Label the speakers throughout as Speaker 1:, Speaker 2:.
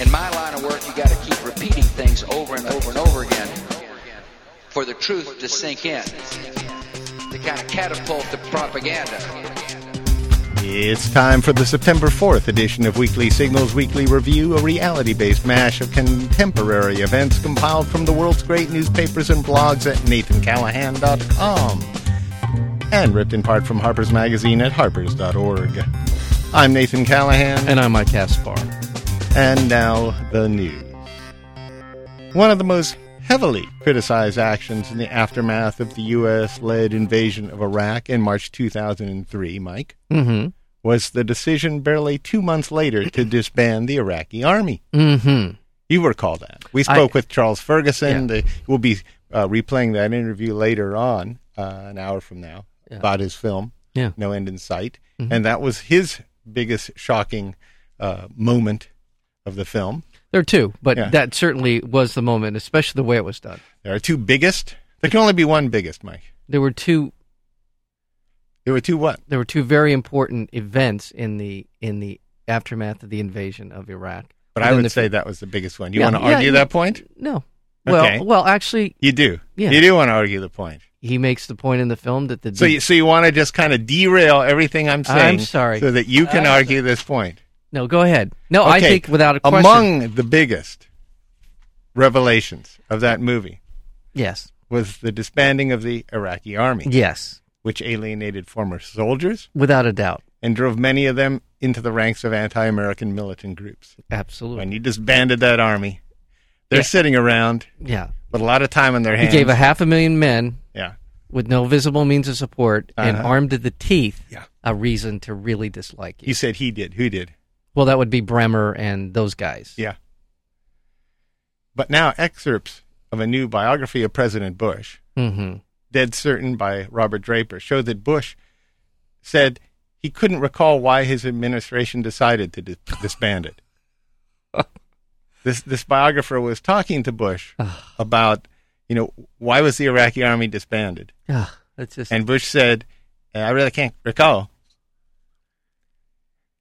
Speaker 1: In my line of work, you got to keep repeating things over and over and over again for the truth to sink in, to kind of catapult the propaganda.
Speaker 2: It's time for the September 4th edition of Weekly Signals Weekly Review, a reality based mash of contemporary events compiled from the world's great newspapers and blogs at nathancallahan.com and ripped in part from Harper's Magazine at harpers.org. I'm Nathan Callahan.
Speaker 3: And I'm Mike Caspar.
Speaker 2: And now the news. One of the most heavily criticized actions in the aftermath of the U.S. led invasion of Iraq in March 2003, Mike,
Speaker 3: Mm
Speaker 2: was the decision barely two months later to disband the Iraqi army.
Speaker 3: hmm. Mm hmm.
Speaker 2: You recall that. We
Speaker 3: I-
Speaker 2: spoke with Charles Ferguson.
Speaker 3: Yeah.
Speaker 2: The, we'll be uh, replaying that interview later on, uh, an hour from now,
Speaker 3: Yeah.
Speaker 2: about his film,
Speaker 3: Yeah. Mm-hmm.
Speaker 2: No End in Sight. And that was his biggest shocking uh, moment of the film.
Speaker 3: There are two, but
Speaker 2: Yeah.
Speaker 3: that certainly was the moment, especially the way it was done.
Speaker 2: There are two biggest. There can only be one biggest, Mike.
Speaker 3: There were two.
Speaker 2: There were two what?
Speaker 3: There were two very important events in the in the aftermath of the invasion of Iraq.
Speaker 2: But I
Speaker 3: Within
Speaker 2: would
Speaker 3: the-
Speaker 2: say that was the biggest one. You
Speaker 3: Yeah,
Speaker 2: want to
Speaker 3: yeah,
Speaker 2: argue
Speaker 3: yeah.
Speaker 2: that point?
Speaker 3: no.
Speaker 2: Okay.
Speaker 3: Well, well, actually,
Speaker 2: You do.
Speaker 3: Yeah.
Speaker 2: You do want to argue the point.
Speaker 3: he makes the point in the film that the
Speaker 2: So you, so you want to just kind of derail everything I'm
Speaker 3: I'm
Speaker 2: saying.
Speaker 3: sorry.
Speaker 2: So that you can
Speaker 1: I'm
Speaker 2: argue this point.
Speaker 3: no, go ahead. No, I
Speaker 2: Okay,
Speaker 3: think without a question,
Speaker 2: Among the biggest revelations of that movie
Speaker 3: yes,
Speaker 2: was the disbanding of the Iraqi army,
Speaker 3: yes,
Speaker 2: which alienated former soldiers
Speaker 3: without a doubt,
Speaker 2: and drove many of them into the ranks of anti American militant groups.
Speaker 3: absolutely,
Speaker 2: When you disbanded that army, they're
Speaker 3: Yeah.
Speaker 2: sitting around
Speaker 3: yeah.
Speaker 2: with a lot of time on their
Speaker 3: He
Speaker 2: hands.
Speaker 3: gave a half a million men
Speaker 2: yeah.
Speaker 3: with no visible means of support and
Speaker 2: Uh-huh.
Speaker 3: armed to the teeth
Speaker 2: Yeah.
Speaker 3: a reason to really dislike you.
Speaker 2: You said he did. Who did?
Speaker 3: well, that would be Bremer and those guys.
Speaker 2: Yeah. But now excerpts of a new biography of President Bush,
Speaker 3: Mm-hmm.
Speaker 2: Dead Certain by Robert Draper, show that Bush said he couldn't recall why his administration decided to dis- disband it. this this biographer was talking to Bush about, you know, why was the Iraqi army disbanded?
Speaker 3: Yeah, that's just
Speaker 2: And Bush said, "Uh, "I really can't recall."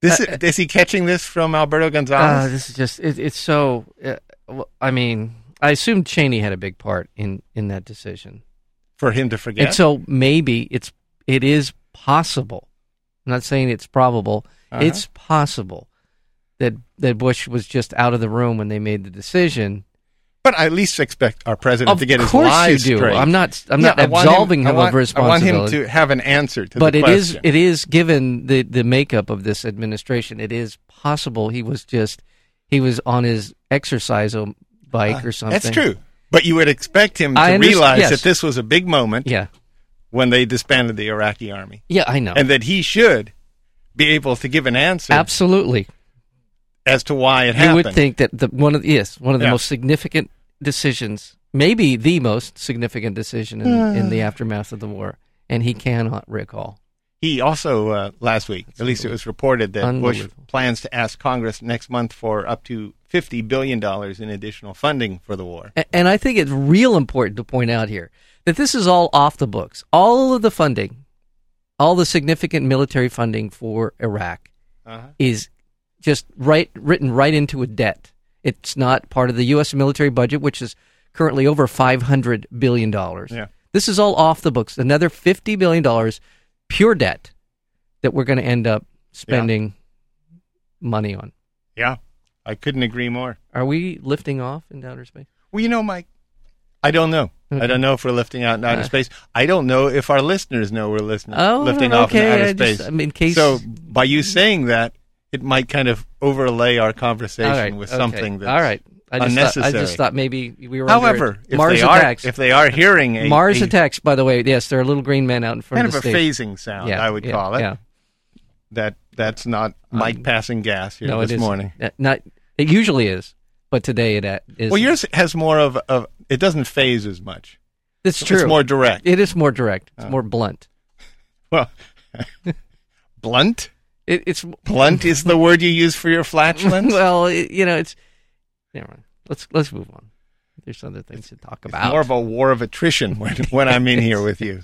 Speaker 2: This
Speaker 3: Uh, uh,
Speaker 2: is he catching this from Alberto
Speaker 3: Ah,
Speaker 2: Gonzalez?
Speaker 3: this is just it, it's so. Uh, well, I mean, I assume Cheney had a big part in in that decision,
Speaker 2: for him to forget.
Speaker 3: and so maybe it's it is possible. I'm not saying it's probable.
Speaker 2: Uh-huh.
Speaker 3: It's possible that that Bush was just out of the room when they made the decision.
Speaker 2: but I at least expect our president
Speaker 3: of
Speaker 2: to get his
Speaker 3: course
Speaker 2: lies
Speaker 3: you do.
Speaker 2: straight.
Speaker 3: I'm not. I'm
Speaker 2: No,
Speaker 3: not
Speaker 2: I want
Speaker 3: absolving him,
Speaker 2: I want-
Speaker 3: of responsibility.
Speaker 2: I want him to have an answer to
Speaker 3: but
Speaker 2: the
Speaker 3: it
Speaker 2: question.
Speaker 3: is it is given the the makeup of this administration it is possible he was just he was on his exercise o- bike or something
Speaker 2: Uh, That's true. But you would expect him to
Speaker 3: I under-
Speaker 2: realize
Speaker 3: yes.
Speaker 2: that this was a big moment
Speaker 3: yeah
Speaker 2: when they disbanded the Iraqi army,
Speaker 3: yeah i know
Speaker 2: and that he should be able to give an answer
Speaker 3: absolutely
Speaker 2: as to why it
Speaker 3: you
Speaker 2: happened.
Speaker 3: would think that the one of the, yes one of the
Speaker 2: Yeah.
Speaker 3: most significant decisions maybe the most significant decision in, in
Speaker 2: Uh.
Speaker 3: the aftermath of the war and he cannot recall
Speaker 2: He also uh, last week, at least it was reported that Bush
Speaker 3: Unbelievable.
Speaker 2: plans to ask Congress next month for up to fifty billion dollars in additional funding for the war.
Speaker 3: A- and i think it's real important to point out here that this is all off the books all of the funding all the significant military funding for iraq
Speaker 2: Uh-huh.
Speaker 3: is just right written right into a debt. It's not part of the U.S. military budget, which is currently over five hundred billion dollars.
Speaker 2: Yeah.
Speaker 3: This is all off the books. Another fifty billion dollars, pure debt, that we're going to end up spending money on.
Speaker 2: Yeah, I couldn't agree more.
Speaker 3: Are we lifting off into outer space?
Speaker 2: Well, you know, Mike, I don't know. I
Speaker 3: Okay.
Speaker 2: don't know if we're lifting out in outer
Speaker 3: Uh.
Speaker 2: space. I don't know if our listeners know we're listening,
Speaker 3: Oh,
Speaker 2: lifting off in
Speaker 3: okay,
Speaker 2: outer
Speaker 3: I just-
Speaker 2: space.
Speaker 3: I mean, in case-
Speaker 2: so, by you saying that, it might kind of overlay our conversation with
Speaker 3: okay.
Speaker 2: something that's
Speaker 3: all right. I just
Speaker 2: unnecessary.
Speaker 3: Thought, I just thought maybe we were. under
Speaker 2: However,
Speaker 3: it.
Speaker 2: if
Speaker 3: Mars
Speaker 2: they are
Speaker 3: attacks.
Speaker 2: if they are hearing a
Speaker 3: Mars
Speaker 2: a,
Speaker 3: attacks. By the way, yes, there are little green men out in front
Speaker 2: kind
Speaker 3: of
Speaker 2: of
Speaker 3: the
Speaker 2: a
Speaker 3: stage.
Speaker 2: phasing sound, I would
Speaker 3: yeah,
Speaker 2: call it.
Speaker 3: Yeah.
Speaker 2: That that's not Mike passing gas here
Speaker 3: Um, no,
Speaker 2: this
Speaker 3: it is
Speaker 2: morning.
Speaker 3: Uh, Not it usually is, but today it uh, is.
Speaker 2: Well, yours has more of of it doesn't phase as much.
Speaker 3: It's true.
Speaker 2: It's more direct. Oh.
Speaker 3: It is more direct. It's more blunt.
Speaker 2: well, blunt.
Speaker 3: It, it's
Speaker 2: Blunt is the word you use for your flatulence.
Speaker 3: well, it, you know, it's. Never mind. Let's let's move on. There's other things to talk
Speaker 2: It's
Speaker 3: about.
Speaker 2: more of a war of attrition when, when I'm in here with you.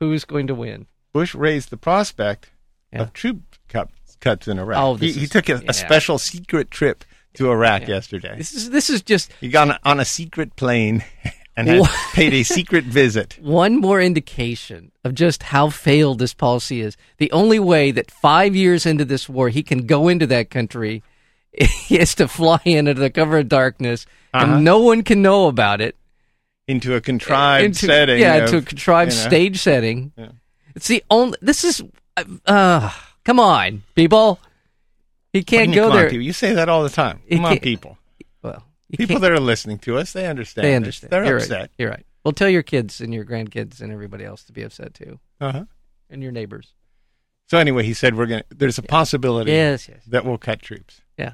Speaker 3: Who's going to win?
Speaker 2: Bush raised the prospect
Speaker 3: Yeah.
Speaker 2: of troop cup, cuts in Iraq.
Speaker 3: Oh,
Speaker 2: he,
Speaker 3: this
Speaker 2: he
Speaker 3: is-
Speaker 2: took a,
Speaker 3: yeah.
Speaker 2: a special secret trip to Iraq
Speaker 3: Yeah.
Speaker 2: yesterday.
Speaker 3: This is this is just
Speaker 2: He got on, on a secret plane and had
Speaker 3: What?
Speaker 2: paid a secret visit.
Speaker 3: one more indication of just how failed this policy is. The only way that five years into this war he can go into that country is to fly in under the cover of darkness,
Speaker 2: Uh-huh.
Speaker 3: and no one can know about it.
Speaker 2: into a contrived
Speaker 3: into-
Speaker 2: setting.
Speaker 3: Yeah,
Speaker 2: of,
Speaker 3: to a contrived
Speaker 2: you know.
Speaker 3: stage setting. It's the only. This is. uh, Uh, come on, people. He can't
Speaker 2: Nick
Speaker 3: go there.
Speaker 2: Monty, You say that all the time.
Speaker 3: He
Speaker 2: Come on,
Speaker 3: can't-
Speaker 2: people.
Speaker 3: Well, you
Speaker 2: People
Speaker 3: can't-
Speaker 2: that are listening to us, they understand.
Speaker 3: they
Speaker 2: They're-
Speaker 3: understand.
Speaker 2: They're
Speaker 3: You're right.
Speaker 2: upset.
Speaker 3: You're right. Well, tell your kids and your grandkids and everybody else to be upset too,
Speaker 2: Uh-huh.
Speaker 3: and your neighbors.
Speaker 2: So anyway, he said we're going. to There's a possibility
Speaker 3: Yes, yes,
Speaker 2: that we'll cut troops.
Speaker 3: yeah.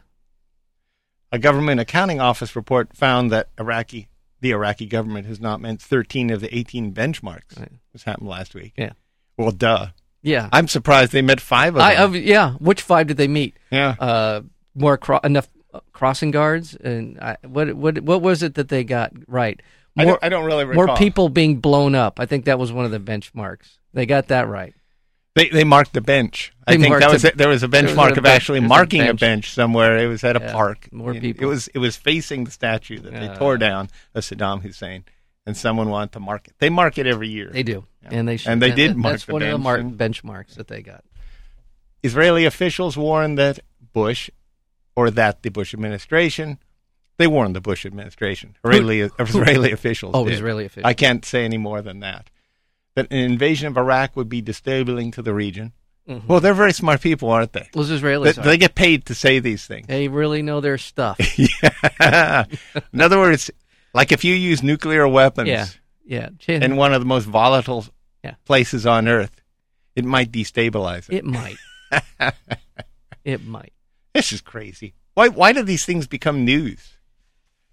Speaker 2: A government accounting office report found that Iraqi, the Iraqi government, has not met 13 of the 18 benchmarks.
Speaker 3: Right.
Speaker 2: This happened last week.
Speaker 3: Yeah.
Speaker 2: Well, duh.
Speaker 3: Yeah.
Speaker 2: I'm surprised they met five of them.
Speaker 3: I, of yeah. Which five did they meet?
Speaker 2: yeah.
Speaker 3: Uh, more cro- enough uh, crossing guards and I, what what what was it that they got right?
Speaker 2: I,
Speaker 3: More
Speaker 2: don't, I don't really recall.
Speaker 3: more people being blown up. I think that was one of the benchmarks. They got that right.
Speaker 2: They they marked the bench. I
Speaker 3: They
Speaker 2: think
Speaker 3: marked
Speaker 2: that was
Speaker 3: the-
Speaker 2: it. There was a
Speaker 3: there was
Speaker 2: benchmark
Speaker 3: a
Speaker 2: of
Speaker 3: bench-
Speaker 2: actually
Speaker 3: there's a
Speaker 2: marking a bench.
Speaker 3: bench.
Speaker 2: somewhere. It was at a
Speaker 3: Yeah,
Speaker 2: park.
Speaker 3: more
Speaker 2: It- It
Speaker 3: people.
Speaker 2: was it was facing the statue that they
Speaker 3: Uh.
Speaker 2: tore down of Saddam Hussein, and someone wanted to mark it. They mark it every year.
Speaker 3: They do, and they should.
Speaker 2: And they did
Speaker 3: that-
Speaker 2: mark
Speaker 3: That's
Speaker 2: the
Speaker 3: one of the
Speaker 2: bench
Speaker 3: mark,
Speaker 2: and-
Speaker 3: benchmarks that they got.
Speaker 2: Israeli officials warned that Bush, or that the Bush administration, they warned the Bush administration. Israeli Israeli officials.
Speaker 3: Oh,
Speaker 2: did.
Speaker 3: Israeli officials.
Speaker 2: I can't say any more than that. That an invasion of Iraq would be destabilizing to the region.
Speaker 3: Mm-hmm.
Speaker 2: Well, they're very smart people, aren't they?
Speaker 3: Those
Speaker 2: They,
Speaker 3: Israelis, are-
Speaker 2: they get paid to say these things.
Speaker 3: they really know their stuff.
Speaker 2: Yeah. In other words, like if you use nuclear weapons
Speaker 3: yeah, yeah.
Speaker 2: in one of the most volatile
Speaker 3: Yeah.
Speaker 2: places on Earth, it might destabilize it.
Speaker 3: it might. it might.
Speaker 2: This is crazy. Why? Why do these things become news?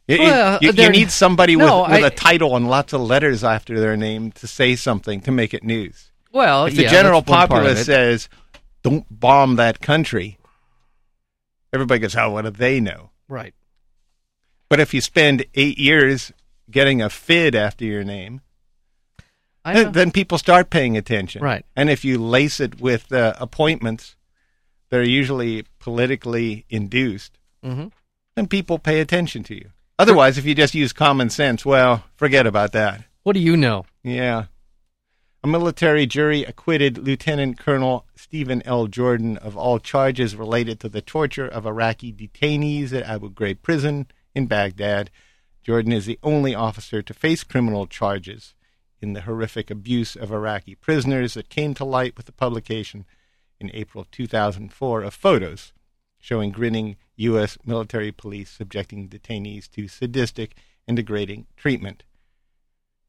Speaker 2: You- you-
Speaker 3: Well,
Speaker 2: you, you
Speaker 3: they're-
Speaker 2: need somebody
Speaker 3: No,
Speaker 2: with, with
Speaker 3: I-
Speaker 2: a title and lots of letters after their name to say something to make it news.
Speaker 3: Well,
Speaker 2: If the
Speaker 3: Oh, yeah,
Speaker 2: general
Speaker 3: that's one part of
Speaker 2: populace
Speaker 3: it.
Speaker 2: says, "Don't bomb that country," everybody goes, "Oh, what do they know?"
Speaker 3: right?
Speaker 2: But if you spend eight years getting a FID after your name,
Speaker 3: I
Speaker 2: then,
Speaker 3: know.
Speaker 2: then people start paying attention.
Speaker 3: Right.
Speaker 2: And if you lace it with uh, appointments that are usually politically induced,
Speaker 3: Mhm.
Speaker 2: then people pay attention to you. Otherwise, if you just use common sense, well, forget about that.
Speaker 3: What do you know?
Speaker 2: Yeah. A military jury acquitted Lieutenant Colonel Stephen L. Jordan of all charges related to the torture of Iraqi detainees at Abu Ghraib prison in Baghdad. Jordan is the only officer to face criminal charges in the horrific abuse of Iraqi prisoners that came to light with the publication in April 2004 of photos showing grinning U.S. military police subjecting detainees to sadistic and degrading treatment.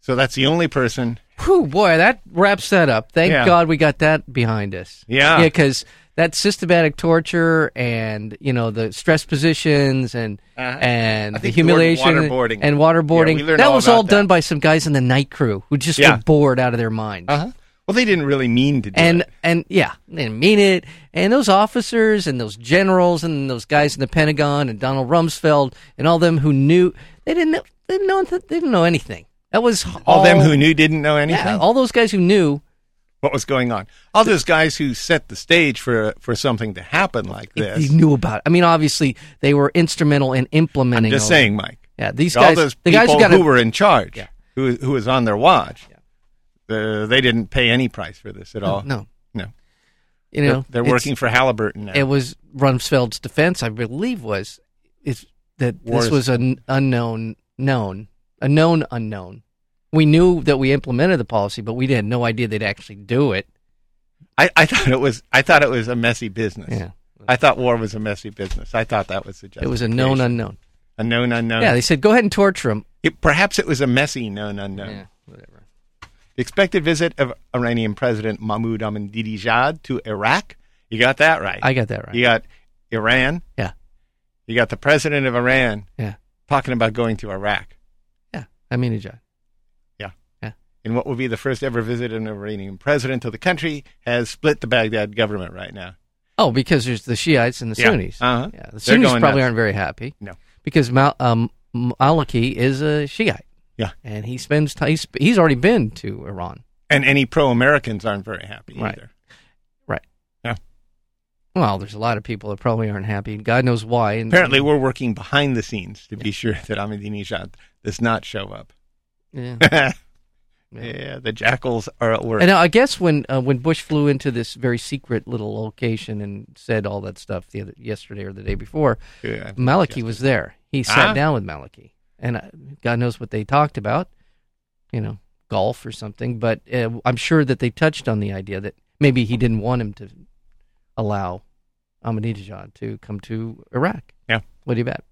Speaker 2: So that's the only person
Speaker 3: Whew, boy, that wraps that up. Thank
Speaker 2: Yeah.
Speaker 3: God we got that behind us.
Speaker 2: Yeah.
Speaker 3: yeah, because that systematic torture and you know the stress positions and
Speaker 2: Uh-huh.
Speaker 3: and
Speaker 2: I
Speaker 3: the
Speaker 2: think
Speaker 3: humiliation
Speaker 2: the word waterboarding.
Speaker 3: and waterboarding
Speaker 2: Yeah, we learned
Speaker 3: that
Speaker 2: all
Speaker 3: was all
Speaker 2: about
Speaker 3: done
Speaker 2: that.
Speaker 3: by some guys in the night crew who just
Speaker 2: Yeah.
Speaker 3: were bored out of their minds.
Speaker 2: Uh-huh. Well, they didn't really mean to do
Speaker 3: and
Speaker 2: it.
Speaker 3: and yeah, they didn't mean it. And those officers and those generals and those guys in the Pentagon and Donald Rumsfeld and all them who knew they didn't know, they didn't know they didn't know anything. That was
Speaker 2: All them who knew didn't know anything
Speaker 3: yeah, all those guys who knew
Speaker 2: what was going on. All those guys who set the stage for for something to happen like
Speaker 3: they
Speaker 2: this.
Speaker 3: knew about. It. I mean, obviously they were instrumental in implementing.
Speaker 2: Just
Speaker 3: all-
Speaker 2: saying, Mike.
Speaker 3: yeah, these
Speaker 2: all
Speaker 3: guys,
Speaker 2: those
Speaker 3: the
Speaker 2: people
Speaker 3: guys who got
Speaker 2: who
Speaker 3: a-
Speaker 2: were in charge,
Speaker 3: Yeah.
Speaker 2: who who was on their watch, uh, they didn't pay any price for this at all.
Speaker 3: no,
Speaker 2: no.
Speaker 3: you know,
Speaker 2: they're,
Speaker 3: it's-
Speaker 2: working for Halliburton now.
Speaker 3: It was Rumsfeld's defense, I believe, was is that
Speaker 2: Wars.
Speaker 3: this was an unknown known, a known unknown. We knew that we implemented the policy, but we had no idea they'd actually do it.
Speaker 2: I, I thought it was I thought it was a messy business.
Speaker 3: Yeah.
Speaker 2: I thought war was a messy business. I thought that was the
Speaker 3: It was a known
Speaker 2: justification.
Speaker 3: unknown.
Speaker 2: a known unknown.
Speaker 3: Yeah, they said go ahead and torture him.
Speaker 2: It- perhaps it was a messy known unknown.
Speaker 3: Yeah, whatever.
Speaker 2: The expected visit of Iranian President Mahmoud Ahmadinejad to Iraq. You got that right.
Speaker 3: I got that right.
Speaker 2: You got Iran.
Speaker 3: Yeah.
Speaker 2: You got the president of Iran
Speaker 3: yeah,
Speaker 2: talking about going to Iraq
Speaker 3: yeah. I mean, John.
Speaker 2: in what will be the first ever visit of an Iranian president to the country has split the Baghdad government right now.
Speaker 3: Oh, because there's the Shiites and the
Speaker 2: Yeah.
Speaker 3: Sunnis.
Speaker 2: Uh-huh.
Speaker 3: Yeah,
Speaker 2: They're
Speaker 3: the Sunnis
Speaker 2: going
Speaker 3: probably
Speaker 2: nuts.
Speaker 3: aren't very happy
Speaker 2: No.
Speaker 3: because Mal- um, Maliki is a Shiite.
Speaker 2: Yeah.
Speaker 3: and he spends t- he's, he's already been to Iran.
Speaker 2: And any pro Americans aren't very happy
Speaker 3: Right.
Speaker 2: either.
Speaker 3: Right.
Speaker 2: Yeah.
Speaker 3: Well, there's a lot of people that probably aren't happy, and God knows why. And
Speaker 2: Apparently, we're working behind the scenes to be sure that Ahmadinejad does not show up.
Speaker 3: yeah.
Speaker 2: yeah, the jackals are at work.
Speaker 3: Mm-hmm. And I guess when uh, when Bush flew into this very secret little location and said all that stuff the other, yesterday or the day before,
Speaker 2: Yeah.
Speaker 3: Maliki was there. He sat
Speaker 2: Ah.
Speaker 3: down with Maliki, and uh, God knows what they talked about, you know, golf or something. But uh, I'm sure that they touched on the idea that maybe he didn't want him to allow Ahmadinejad to come to Iraq.
Speaker 2: Yeah.
Speaker 3: What do you bet?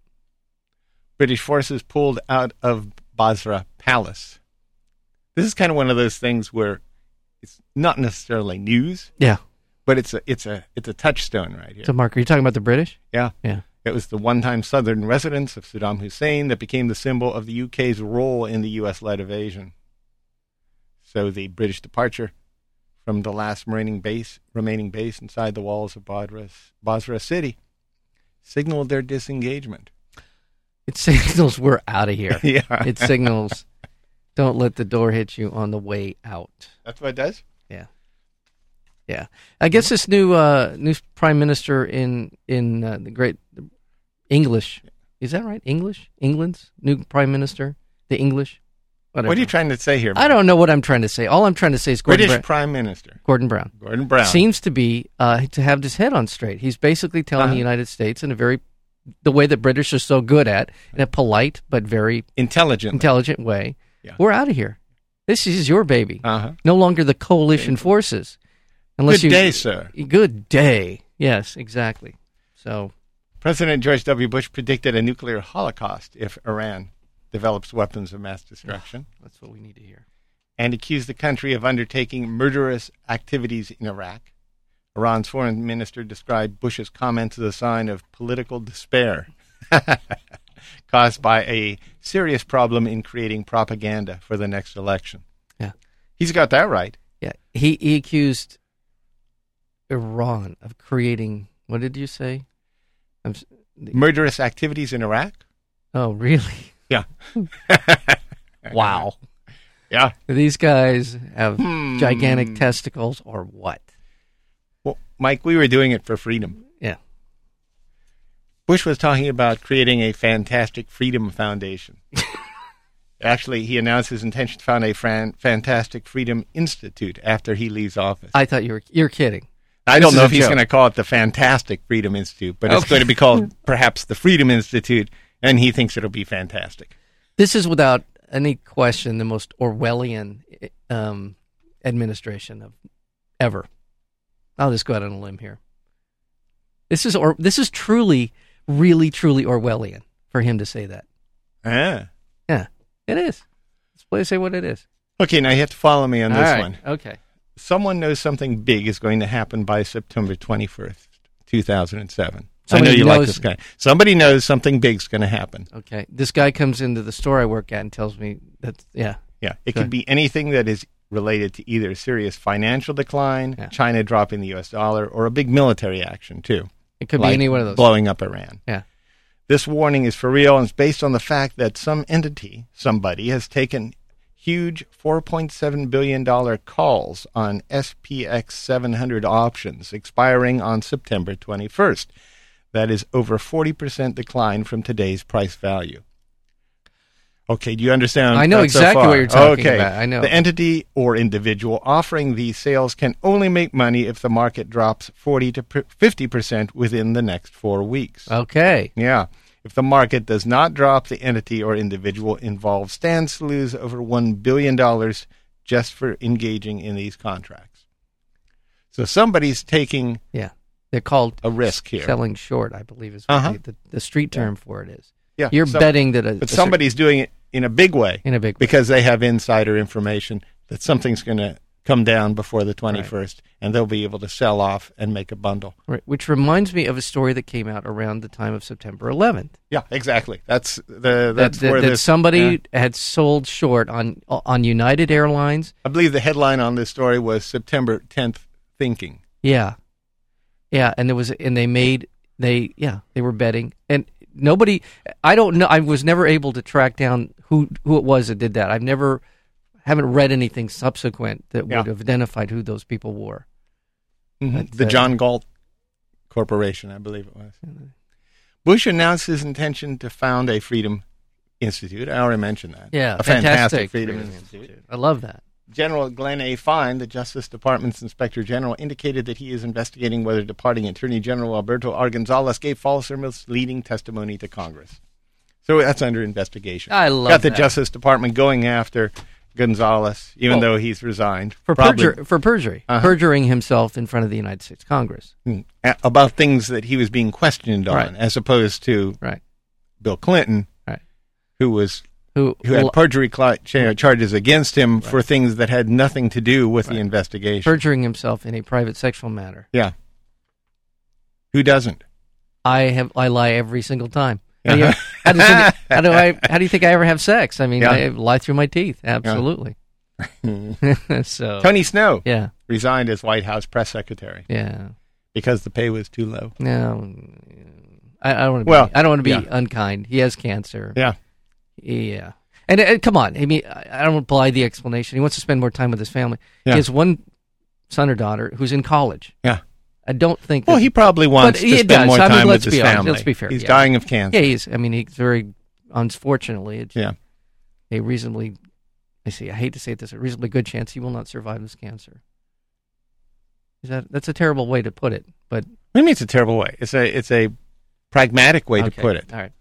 Speaker 2: British forces pulled out of Basra Palace. This is kind of one of those things where it's not necessarily news,
Speaker 3: Yeah,
Speaker 2: but it's a it's a it's a touchstone right here.
Speaker 3: so Mark, are you talking about the British?
Speaker 2: yeah.
Speaker 3: Yeah.
Speaker 2: It was the one-time southern residence of Saddam Hussein that became the symbol of the UK's role in the US-led invasion. So the British departure from the last remaining base remaining base inside the walls of Basra, Basra city signaled their disengagement.
Speaker 3: It signals we're out of here.
Speaker 2: yeah.
Speaker 3: It signals don't let the door hit you on the way out.
Speaker 2: That's what it does.
Speaker 3: Yeah. Yeah. I guess this new uh, new prime minister in in uh, the great English is that right? English England's new prime minister, the English. Whatever.
Speaker 2: What are you trying to say here?
Speaker 3: I don't know what I'm trying to say. All I'm trying to say is Gordon
Speaker 2: British
Speaker 3: Brown.
Speaker 2: Prime Minister
Speaker 3: Gordon Brown
Speaker 2: Gordon Brown.
Speaker 3: seems to be uh, to have his head on straight. He's basically telling
Speaker 2: Uh-huh.
Speaker 3: the United States in a very the way that British are so good at in a polite but very
Speaker 2: intelligent.
Speaker 3: intelligent way.
Speaker 2: Yeah.
Speaker 3: We're out of here. This is your baby.
Speaker 2: uh-huh.
Speaker 3: no longer the coalition forces.
Speaker 2: Good day, sir.
Speaker 3: Good day. Yes, exactly. So
Speaker 2: President George W. Bush predicted a nuclear holocaust if Iran develops weapons of mass destruction
Speaker 3: that's what we need to hear.
Speaker 2: and accused the country of undertaking murderous activities in Iraq. Iran's foreign minister described Bush's comments as a sign of political despair caused by a serious problem in creating propaganda for the next election.
Speaker 3: Yeah,
Speaker 2: He's got that right.
Speaker 3: yeah. He he accused Iran of creating. What did you say? I'm, s-
Speaker 2: Murderous activities in Iraq?
Speaker 3: oh, really?
Speaker 2: Yeah.
Speaker 3: Wow.
Speaker 2: Yeah.
Speaker 3: These guys have
Speaker 2: Hmm.
Speaker 3: gigantic testicles, or what?
Speaker 2: Well, Mike, we were doing it for freedom.
Speaker 3: Yeah.
Speaker 2: Bush was talking about creating a fantastic freedom foundation. Actually, he announced his intention to found a fran- fantastic freedom institute after he leaves office.
Speaker 3: I thought you were you're kidding.
Speaker 2: I don't
Speaker 3: This
Speaker 2: know
Speaker 3: is
Speaker 2: if
Speaker 3: a
Speaker 2: he's
Speaker 3: joke.
Speaker 2: going to call it the Fantastic Freedom Institute, but it's
Speaker 3: Okay.
Speaker 2: going to be called perhaps the Freedom Institute, and he thinks it'll be fantastic.
Speaker 3: This is without any question the most Orwellian um, administration of ever. I'll just go out on a limb here. This is or this is truly, really, truly Orwellian for him to say that.
Speaker 2: Ah.
Speaker 3: Yeah, it is. Let's play say what it is.
Speaker 2: Okay, now you have to follow me on
Speaker 3: All
Speaker 2: this
Speaker 3: right,
Speaker 2: one.
Speaker 3: okay.
Speaker 2: someone knows something big is going to happen by September 21st, 2007. I
Speaker 3: Somebody
Speaker 2: know you like
Speaker 3: knows-
Speaker 2: this guy. Somebody knows something big's going to happen.
Speaker 3: Okay. This guy comes into the store I work at and tells me that yeah.
Speaker 2: Yeah. It
Speaker 3: Sure.
Speaker 2: could be anything that is related to either serious financial decline,
Speaker 3: Yeah.
Speaker 2: China dropping the US dollar, or a big military action, too.
Speaker 3: It could
Speaker 2: like
Speaker 3: be any one of those.
Speaker 2: Blowing up Iran.
Speaker 3: Yeah.
Speaker 2: This warning is for real and it's based on the fact that some entity, somebody, has taken huge $4.7 billion calls on SPX 700 options expiring on September 21st. That is over 40% decline from today's price value. Okay, do you understand?
Speaker 3: I know
Speaker 2: that so
Speaker 3: exactly what
Speaker 2: far?
Speaker 3: you're talking
Speaker 2: okay.
Speaker 3: about. I know.
Speaker 2: The entity or individual offering these sales can only make money if the market drops 40 to 50% within the next four weeks.
Speaker 3: Oh. Okay.
Speaker 2: Yeah. If the market does not drop, the entity or individual involved stands to lose over $1 billion just for engaging in these contracts. So somebody's taking
Speaker 3: Yeah. They're called
Speaker 2: a risk here.
Speaker 3: selling short, I believe is what
Speaker 2: Uh-huh.
Speaker 3: they- the, the street term for it is.
Speaker 2: Yeah,
Speaker 3: You're
Speaker 2: some-
Speaker 3: betting that a,
Speaker 2: But
Speaker 3: a cer-
Speaker 2: somebody's doing it in a big way
Speaker 3: in a big way.
Speaker 2: because they have insider information that something's going to come down before the 21st and they'll be able to sell off and make a bundle.
Speaker 3: Right, which reminds me of a story that came out around the time of September 11th.
Speaker 2: Yeah, exactly. That's the
Speaker 3: That,
Speaker 2: that's
Speaker 3: that,
Speaker 2: where
Speaker 3: that
Speaker 2: this, yeah.
Speaker 3: somebody had sold short on on United Airlines.
Speaker 2: I believe the headline on this story was September 10th thinking.
Speaker 3: Yeah, yeah, and there was and they made they yeah they were betting and nobody. I don't know. I was never able to track down who who it was that did that. I've never haven't read anything subsequent that
Speaker 2: Yeah.
Speaker 3: would have identified who those people were.
Speaker 2: Mhm.
Speaker 3: That's
Speaker 2: The
Speaker 3: it.
Speaker 2: John Galt Corporation, I believe it was. Bush announced his intention to found a Freedom Institute. I already mentioned that.
Speaker 3: Yeah,
Speaker 2: a fantastic, Freedom, Institute.
Speaker 3: I love that.
Speaker 2: General Glenn A. Fine, the Justice Department's Inspector General, indicated that he is investigating whether departing Attorney General Alberto R. Gonzalez gave false or misleading testimony to Congress. So that's under investigation.
Speaker 3: I love
Speaker 2: Got the
Speaker 3: that.
Speaker 2: Justice Department going after Gonzalez, even
Speaker 3: Oh.
Speaker 2: though he's resigned
Speaker 3: For,
Speaker 2: Probably-
Speaker 3: perjur- for perjury,
Speaker 2: Uh-huh.
Speaker 3: perjuring himself in front of the United States Congress.
Speaker 2: Mm, a- about things that he was being questioned on,
Speaker 3: Right.
Speaker 2: as opposed to
Speaker 3: Right,
Speaker 2: Bill Clinton,
Speaker 3: right.
Speaker 2: who was
Speaker 3: Who,
Speaker 2: who had
Speaker 3: well,
Speaker 2: perjury cla- cha- charges against him for things that had nothing to do with the investigation.
Speaker 3: perjuring himself in a private sexual matter.
Speaker 2: yeah, who doesn't?
Speaker 3: I have I lie every single time. How
Speaker 2: Yeah.
Speaker 3: do, you, how, do you think, how do I how do you think I ever have sex? I mean,
Speaker 2: Uh-huh. Yeah.
Speaker 3: I lie through my teeth. Absolutely. Hmm. so
Speaker 2: Tony Snow
Speaker 3: yeah,
Speaker 2: resigned as White House press secretary
Speaker 3: yeah.
Speaker 2: because the pay was too low.
Speaker 3: No, I, I don't want to.
Speaker 2: Well,
Speaker 3: be, I don't want to be
Speaker 2: yeah.
Speaker 3: unkind. He has cancer.
Speaker 2: Yeah,
Speaker 3: Yeah. And, and come on, I mean, I I don't apply the explanation. He wants to spend more time with his family.
Speaker 2: Yeah.
Speaker 3: He has one son or daughter who's in college.
Speaker 2: yeah.
Speaker 3: I don't think.
Speaker 2: Well,
Speaker 3: that-
Speaker 2: he probably wants
Speaker 3: But
Speaker 2: to
Speaker 3: he
Speaker 2: spend
Speaker 3: does.
Speaker 2: more
Speaker 3: I
Speaker 2: time
Speaker 3: mean,
Speaker 2: with
Speaker 3: let's
Speaker 2: his
Speaker 3: be honest.
Speaker 2: family.
Speaker 3: Let's be fair.
Speaker 2: He's
Speaker 3: Yeah.
Speaker 2: dying of cancer.
Speaker 3: Yeah, he's. I mean, he's very. Unfortunately, it's
Speaker 2: yeah.
Speaker 3: a reasonably. I see. I hate to say it this. A reasonably good chance he will not survive this cancer. Is that that's a terrible way to put it? But
Speaker 2: I mean, it's a terrible way. It's a it's a pragmatic way to
Speaker 3: okay,
Speaker 2: put it.
Speaker 3: All right.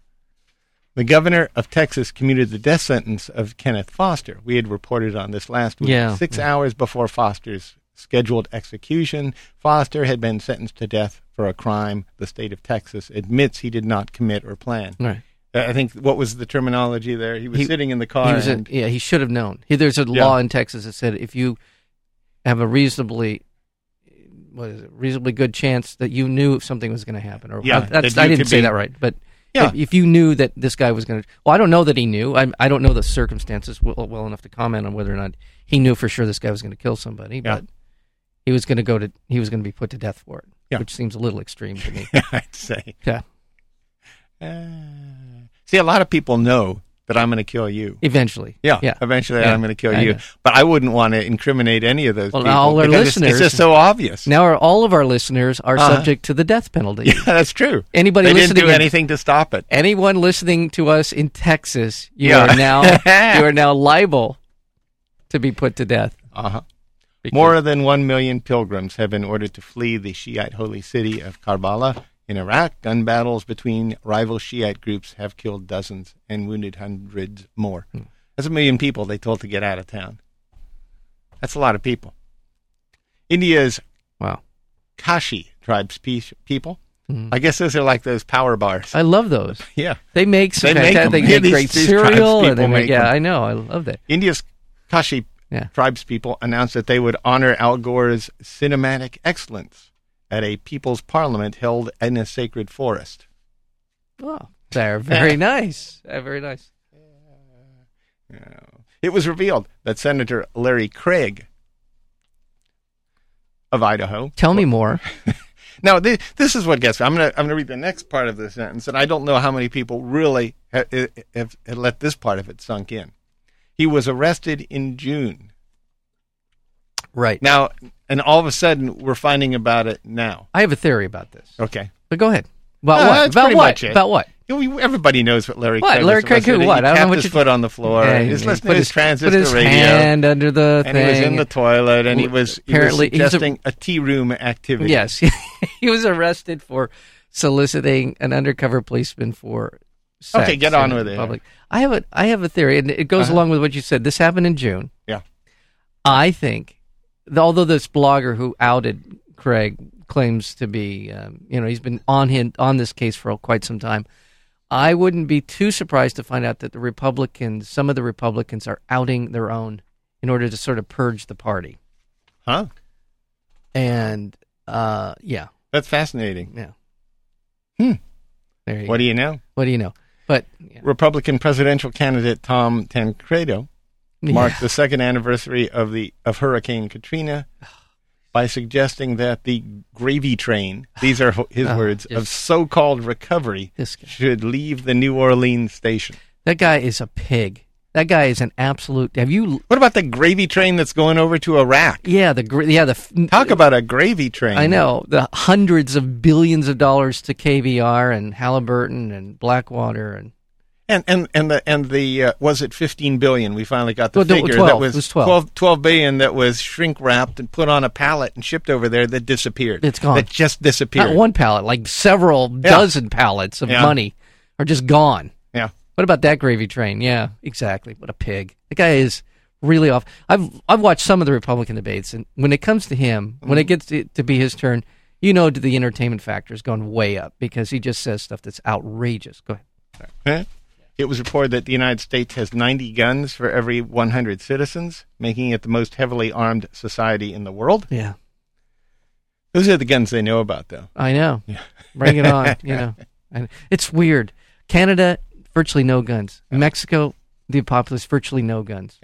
Speaker 2: The governor of Texas commuted the death sentence of Kenneth Foster. We had reported on this last week.
Speaker 3: Yeah.
Speaker 2: Six hours before Foster's scheduled execution, Foster had been sentenced to death for a crime the state of Texas admits he did not commit or plan.
Speaker 3: All right.
Speaker 2: Uh, I think what was the terminology there? He was
Speaker 3: He-
Speaker 2: sitting in the car.
Speaker 3: He was a-
Speaker 2: and,
Speaker 3: yeah, he should have known. He, there's a
Speaker 2: Yeah.
Speaker 3: law in Texas that said if you have a reasonably what is it, reasonably good chance that you knew if something was going to happen, or
Speaker 2: Yeah,
Speaker 3: that's,
Speaker 2: that
Speaker 3: I
Speaker 2: you
Speaker 3: didn't
Speaker 2: could
Speaker 3: say
Speaker 2: be-
Speaker 3: that right, but
Speaker 2: Yeah.
Speaker 3: if, if you knew that this guy was going to, well, I don't know that he knew. I, I don't know the circumstances well, well enough to comment on whether or not he knew for sure this guy was going to kill somebody,
Speaker 2: Yeah.
Speaker 3: but he was going to go to he was going to be put to death for it,
Speaker 2: Yeah.
Speaker 3: which seems a little extreme to me.
Speaker 2: I'd say.
Speaker 3: yeah,
Speaker 2: Uh, see, a lot of people know that I'm going to kill you.
Speaker 3: eventually.
Speaker 2: Yeah,
Speaker 3: yeah.
Speaker 2: eventually
Speaker 3: Yeah,
Speaker 2: I'm going to kill
Speaker 3: I
Speaker 2: you.
Speaker 3: know.
Speaker 2: But I wouldn't want to incriminate any of those
Speaker 3: Well,
Speaker 2: people.
Speaker 3: all our
Speaker 2: because it's-
Speaker 3: listeners-
Speaker 2: It's, just so obvious.
Speaker 3: Now, our, all of our listeners are
Speaker 2: Uh-huh.
Speaker 3: subject to the death penalty.
Speaker 2: Yeah, that's true.
Speaker 3: Anybody
Speaker 2: they
Speaker 3: listening
Speaker 2: didn't do
Speaker 3: in-
Speaker 2: anything to stop it.
Speaker 3: anyone listening to us in Texas, you
Speaker 2: Yeah.
Speaker 3: are now you are now liable to be put to death.
Speaker 2: Uh-huh. More than one million pilgrims have been ordered to flee the Shiite holy city of Karbala in Iraq. Gun battles between rival Shiite groups have killed dozens and wounded hundreds more. That's a million people they told to get out of town. That's a lot of people. India's
Speaker 3: Wow,
Speaker 2: Kashi tribes pe- people. I guess those are like those power bars.
Speaker 3: I love those.
Speaker 2: yeah.
Speaker 3: They make some
Speaker 2: They make 'em.
Speaker 3: fantastic, they
Speaker 2: Yeah,
Speaker 3: make
Speaker 2: these-
Speaker 3: great
Speaker 2: these
Speaker 3: cereal,
Speaker 2: tribes
Speaker 3: and they
Speaker 2: people
Speaker 3: make,
Speaker 2: make
Speaker 3: yeah,
Speaker 2: 'em.
Speaker 3: I know, I love that.
Speaker 2: India's Kashi
Speaker 3: Yeah,
Speaker 2: tribespeople announced that they would honor Al Gore's cinematic excellence at a people's parliament held in a sacred forest.
Speaker 3: oh, they're very nice, They're very nice.
Speaker 2: It was revealed that Senator Larry Craig of Idaho.
Speaker 3: Tell me more.
Speaker 2: Now, thi- this is what gets me. I'm going to I'm going to read the next part of this sentence, and I don't know how many people really ha- i- i- have, have let this part of it sunk in. He was arrested in June.
Speaker 3: Right
Speaker 2: Now, and all of a sudden, we're finding about it now.
Speaker 3: I have a theory about this,
Speaker 2: Okay.
Speaker 3: but go ahead. About
Speaker 2: Uh,
Speaker 3: what?
Speaker 2: that's
Speaker 3: About
Speaker 2: pretty
Speaker 3: what?
Speaker 2: much it.
Speaker 3: About what?
Speaker 2: You know, we- everybody knows what Larry
Speaker 3: What?
Speaker 2: Craig
Speaker 3: Larry
Speaker 2: was
Speaker 3: Craig who
Speaker 2: arrested in. He
Speaker 3: what? I don't know
Speaker 2: tapped
Speaker 3: what
Speaker 2: his
Speaker 3: you-
Speaker 2: foot on the floor.
Speaker 3: Hey,
Speaker 2: he's
Speaker 3: he
Speaker 2: listening
Speaker 3: put
Speaker 2: to his, transistor
Speaker 3: put his
Speaker 2: radio.
Speaker 3: hand under the
Speaker 2: and
Speaker 3: thing.
Speaker 2: he was in the toilet, and he was he was
Speaker 3: Apparently, he's a-
Speaker 2: suggesting a tea room activity.
Speaker 3: Yes, he was arrested for soliciting an undercover policeman for. Sex
Speaker 2: Okay, get
Speaker 3: in
Speaker 2: on with it.
Speaker 3: Public. I have a I have a theory, and it goes
Speaker 2: Uh-huh.
Speaker 3: along with what you said. This happened in June.
Speaker 2: Yeah.
Speaker 3: I think, although this blogger who outed Craig claims to be, um, you know, he's been on him on this case for quite some time. I wouldn't be too surprised to find out that the Republicans, some of the Republicans, are outing their own in order to sort of purge the party.
Speaker 2: Huh?
Speaker 3: And uh, yeah,
Speaker 2: That's fascinating.
Speaker 3: yeah.
Speaker 2: Hmm.
Speaker 3: There you
Speaker 2: What
Speaker 3: go.
Speaker 2: do you know?
Speaker 3: what do you know? But yeah.
Speaker 2: Republican presidential candidate Tom Tancredo marked
Speaker 3: Yeah.
Speaker 2: the second anniversary of the of Hurricane Katrina by suggesting that the gravy train, these are his
Speaker 3: Oh,
Speaker 2: words, of
Speaker 3: just-
Speaker 2: so-called recovery
Speaker 3: This guy.
Speaker 2: should leave the New Orleans station.
Speaker 3: that guy is a pig. That guy is an absolute. Have you?
Speaker 2: What about the gravy train that's going over to Iraq?
Speaker 3: Yeah, the gr- yeah the
Speaker 2: Talk about a gravy train.
Speaker 3: I know the hundreds of billions of dollars to KBR and Halliburton and Blackwater and
Speaker 2: And and and the and the uh, was it 15 billion? We finally got the
Speaker 3: Well, no,
Speaker 2: figure
Speaker 3: 12.
Speaker 2: that was,
Speaker 3: It was 12.
Speaker 2: 12 billion that was shrink wrapped and put on a pallet and shipped over there that disappeared.
Speaker 3: It's gone.
Speaker 2: That just disappeared.
Speaker 3: not one pallet, like several dozen pallets of
Speaker 2: Yeah.
Speaker 3: money are just gone.
Speaker 2: Yeah.
Speaker 3: What about that gravy train? Yeah, exactly. What a pig. The guy is really off. I've I've watched some of the Republican debates, and when it comes to him, when it gets to, to be his turn, you know the entertainment factor has gone way up because he just says stuff that's outrageous. Go ahead.
Speaker 2: Huh? It was reported that the United States has 90 guns for every 100 citizens, making it the most heavily armed society in the world.
Speaker 3: Yeah,
Speaker 2: Those are the guns they know about, though.
Speaker 3: I know. Bring it on. You know, and it's weird. Canada, virtually no guns. Mexico, the populace, virtually no guns.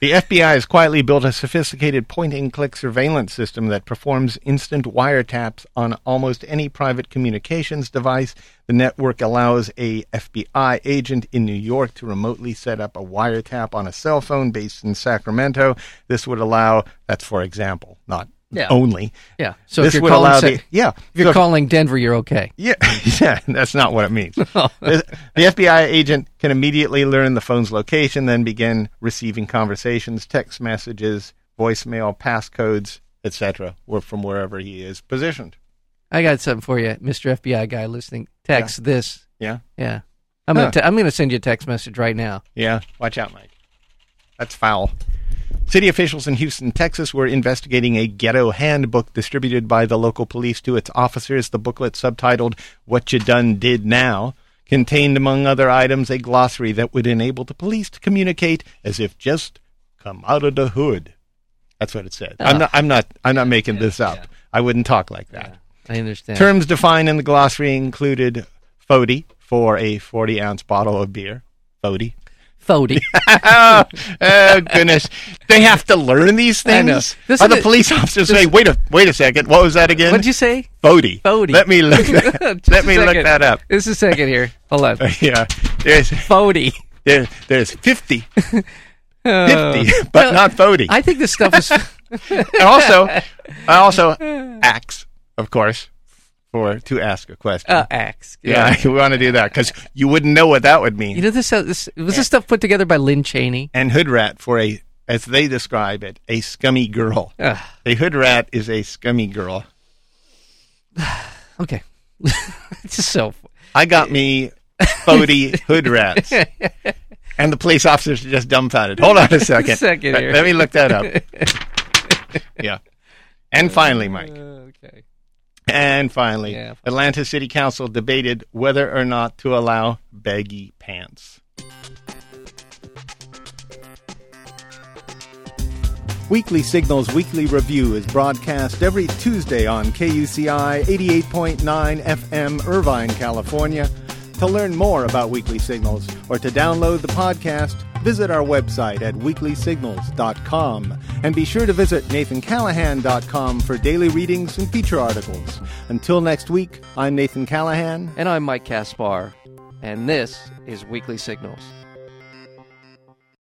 Speaker 2: The FBI has quietly built a sophisticated point and click surveillance system that performs instant wiretaps on almost any private communications device. The network allows a FBI agent in New York to remotely set up a wiretap on a cell phone based in Sacramento. This would allow that's for example, not
Speaker 3: Yeah.
Speaker 2: only.
Speaker 3: Yeah. So
Speaker 2: this
Speaker 3: if you're
Speaker 2: would
Speaker 3: calling,
Speaker 2: allow
Speaker 3: say-
Speaker 2: the yeah.
Speaker 3: if you're
Speaker 2: so
Speaker 3: calling Denver, you're okay.
Speaker 2: Yeah, yeah, that's not what it means. the, the FBI agent can immediately learn the phone's location, then begin receiving conversations, text messages, voicemail, passcodes, etc., or from wherever he is positioned.
Speaker 3: I got something for you, Mr. FBI guy listening. Text this.
Speaker 2: Yeah,
Speaker 3: Yeah. I'm
Speaker 2: Huh.
Speaker 3: gonna te- I'm gonna send you a text message right now.
Speaker 2: yeah. Watch out, Mike. That's foul. City officials in Houston, Texas were investigating a ghetto handbook distributed by the local police to its officers. The booklet, subtitled What You Done Did Now, contained, among other items, a glossary that would enable the police to communicate as if just come out of the hood. That's what it said. I'm, not, I'm, not, I'm not making this up. I wouldn't talk like that.
Speaker 3: I understand.
Speaker 2: Terms defined in the glossary included FODI for a 40 ounce bottle of beer. FODI.
Speaker 3: Fody.
Speaker 2: oh, oh, goodness! They have to learn these
Speaker 3: I know.
Speaker 2: things.
Speaker 3: This
Speaker 2: Are
Speaker 3: is
Speaker 2: the
Speaker 3: a-
Speaker 2: police officers
Speaker 3: this-
Speaker 2: say, "Wait a wait a second, what was that again?"
Speaker 3: What'd you say?
Speaker 2: Bodie.
Speaker 3: Fody.
Speaker 2: Let me look. That,
Speaker 3: Just
Speaker 2: let
Speaker 3: a
Speaker 2: me look
Speaker 3: second.
Speaker 2: that up.
Speaker 3: Just a second here. Hold on.
Speaker 2: Yeah, there's
Speaker 3: Fody.
Speaker 2: there, there's 50, 50
Speaker 3: Uh,
Speaker 2: but not Bodie.
Speaker 3: I think this stuff is. uh,
Speaker 2: And also, I also ax, of course, for to ask a question.
Speaker 3: uh, axe.
Speaker 2: yeah, we want to do that because you wouldn't know what that would mean.
Speaker 3: You know this, uh, this was this stuff put together by Lynn Cheney.
Speaker 2: and hood rat for a, as they describe it, a scummy girl.
Speaker 3: Ugh.
Speaker 2: A hood rat is a scummy girl.
Speaker 3: okay. it's just so.
Speaker 2: I got me Bodie hood rats. And the police officers are just dumbfounded. Hold on a second.
Speaker 3: Second
Speaker 2: Let-
Speaker 3: here.
Speaker 2: Let me look that up. yeah. And finally, Mike.
Speaker 3: Okay.
Speaker 2: And finally,
Speaker 3: Yeah.
Speaker 2: Atlanta City Council debated whether or not to allow baggy pants. Weekly Signals Weekly Review is broadcast every Tuesday on KUCI 88.9 FM, Irvine, California. To learn more about Weekly Signals or to download the podcast, visit our website at weeklysignals.com. And be sure to visit nathancallahan.com for daily readings and feature articles. Until next week, I'm Nathan Callahan.
Speaker 3: And I'm Mike Caspar, and this is Weekly Signals.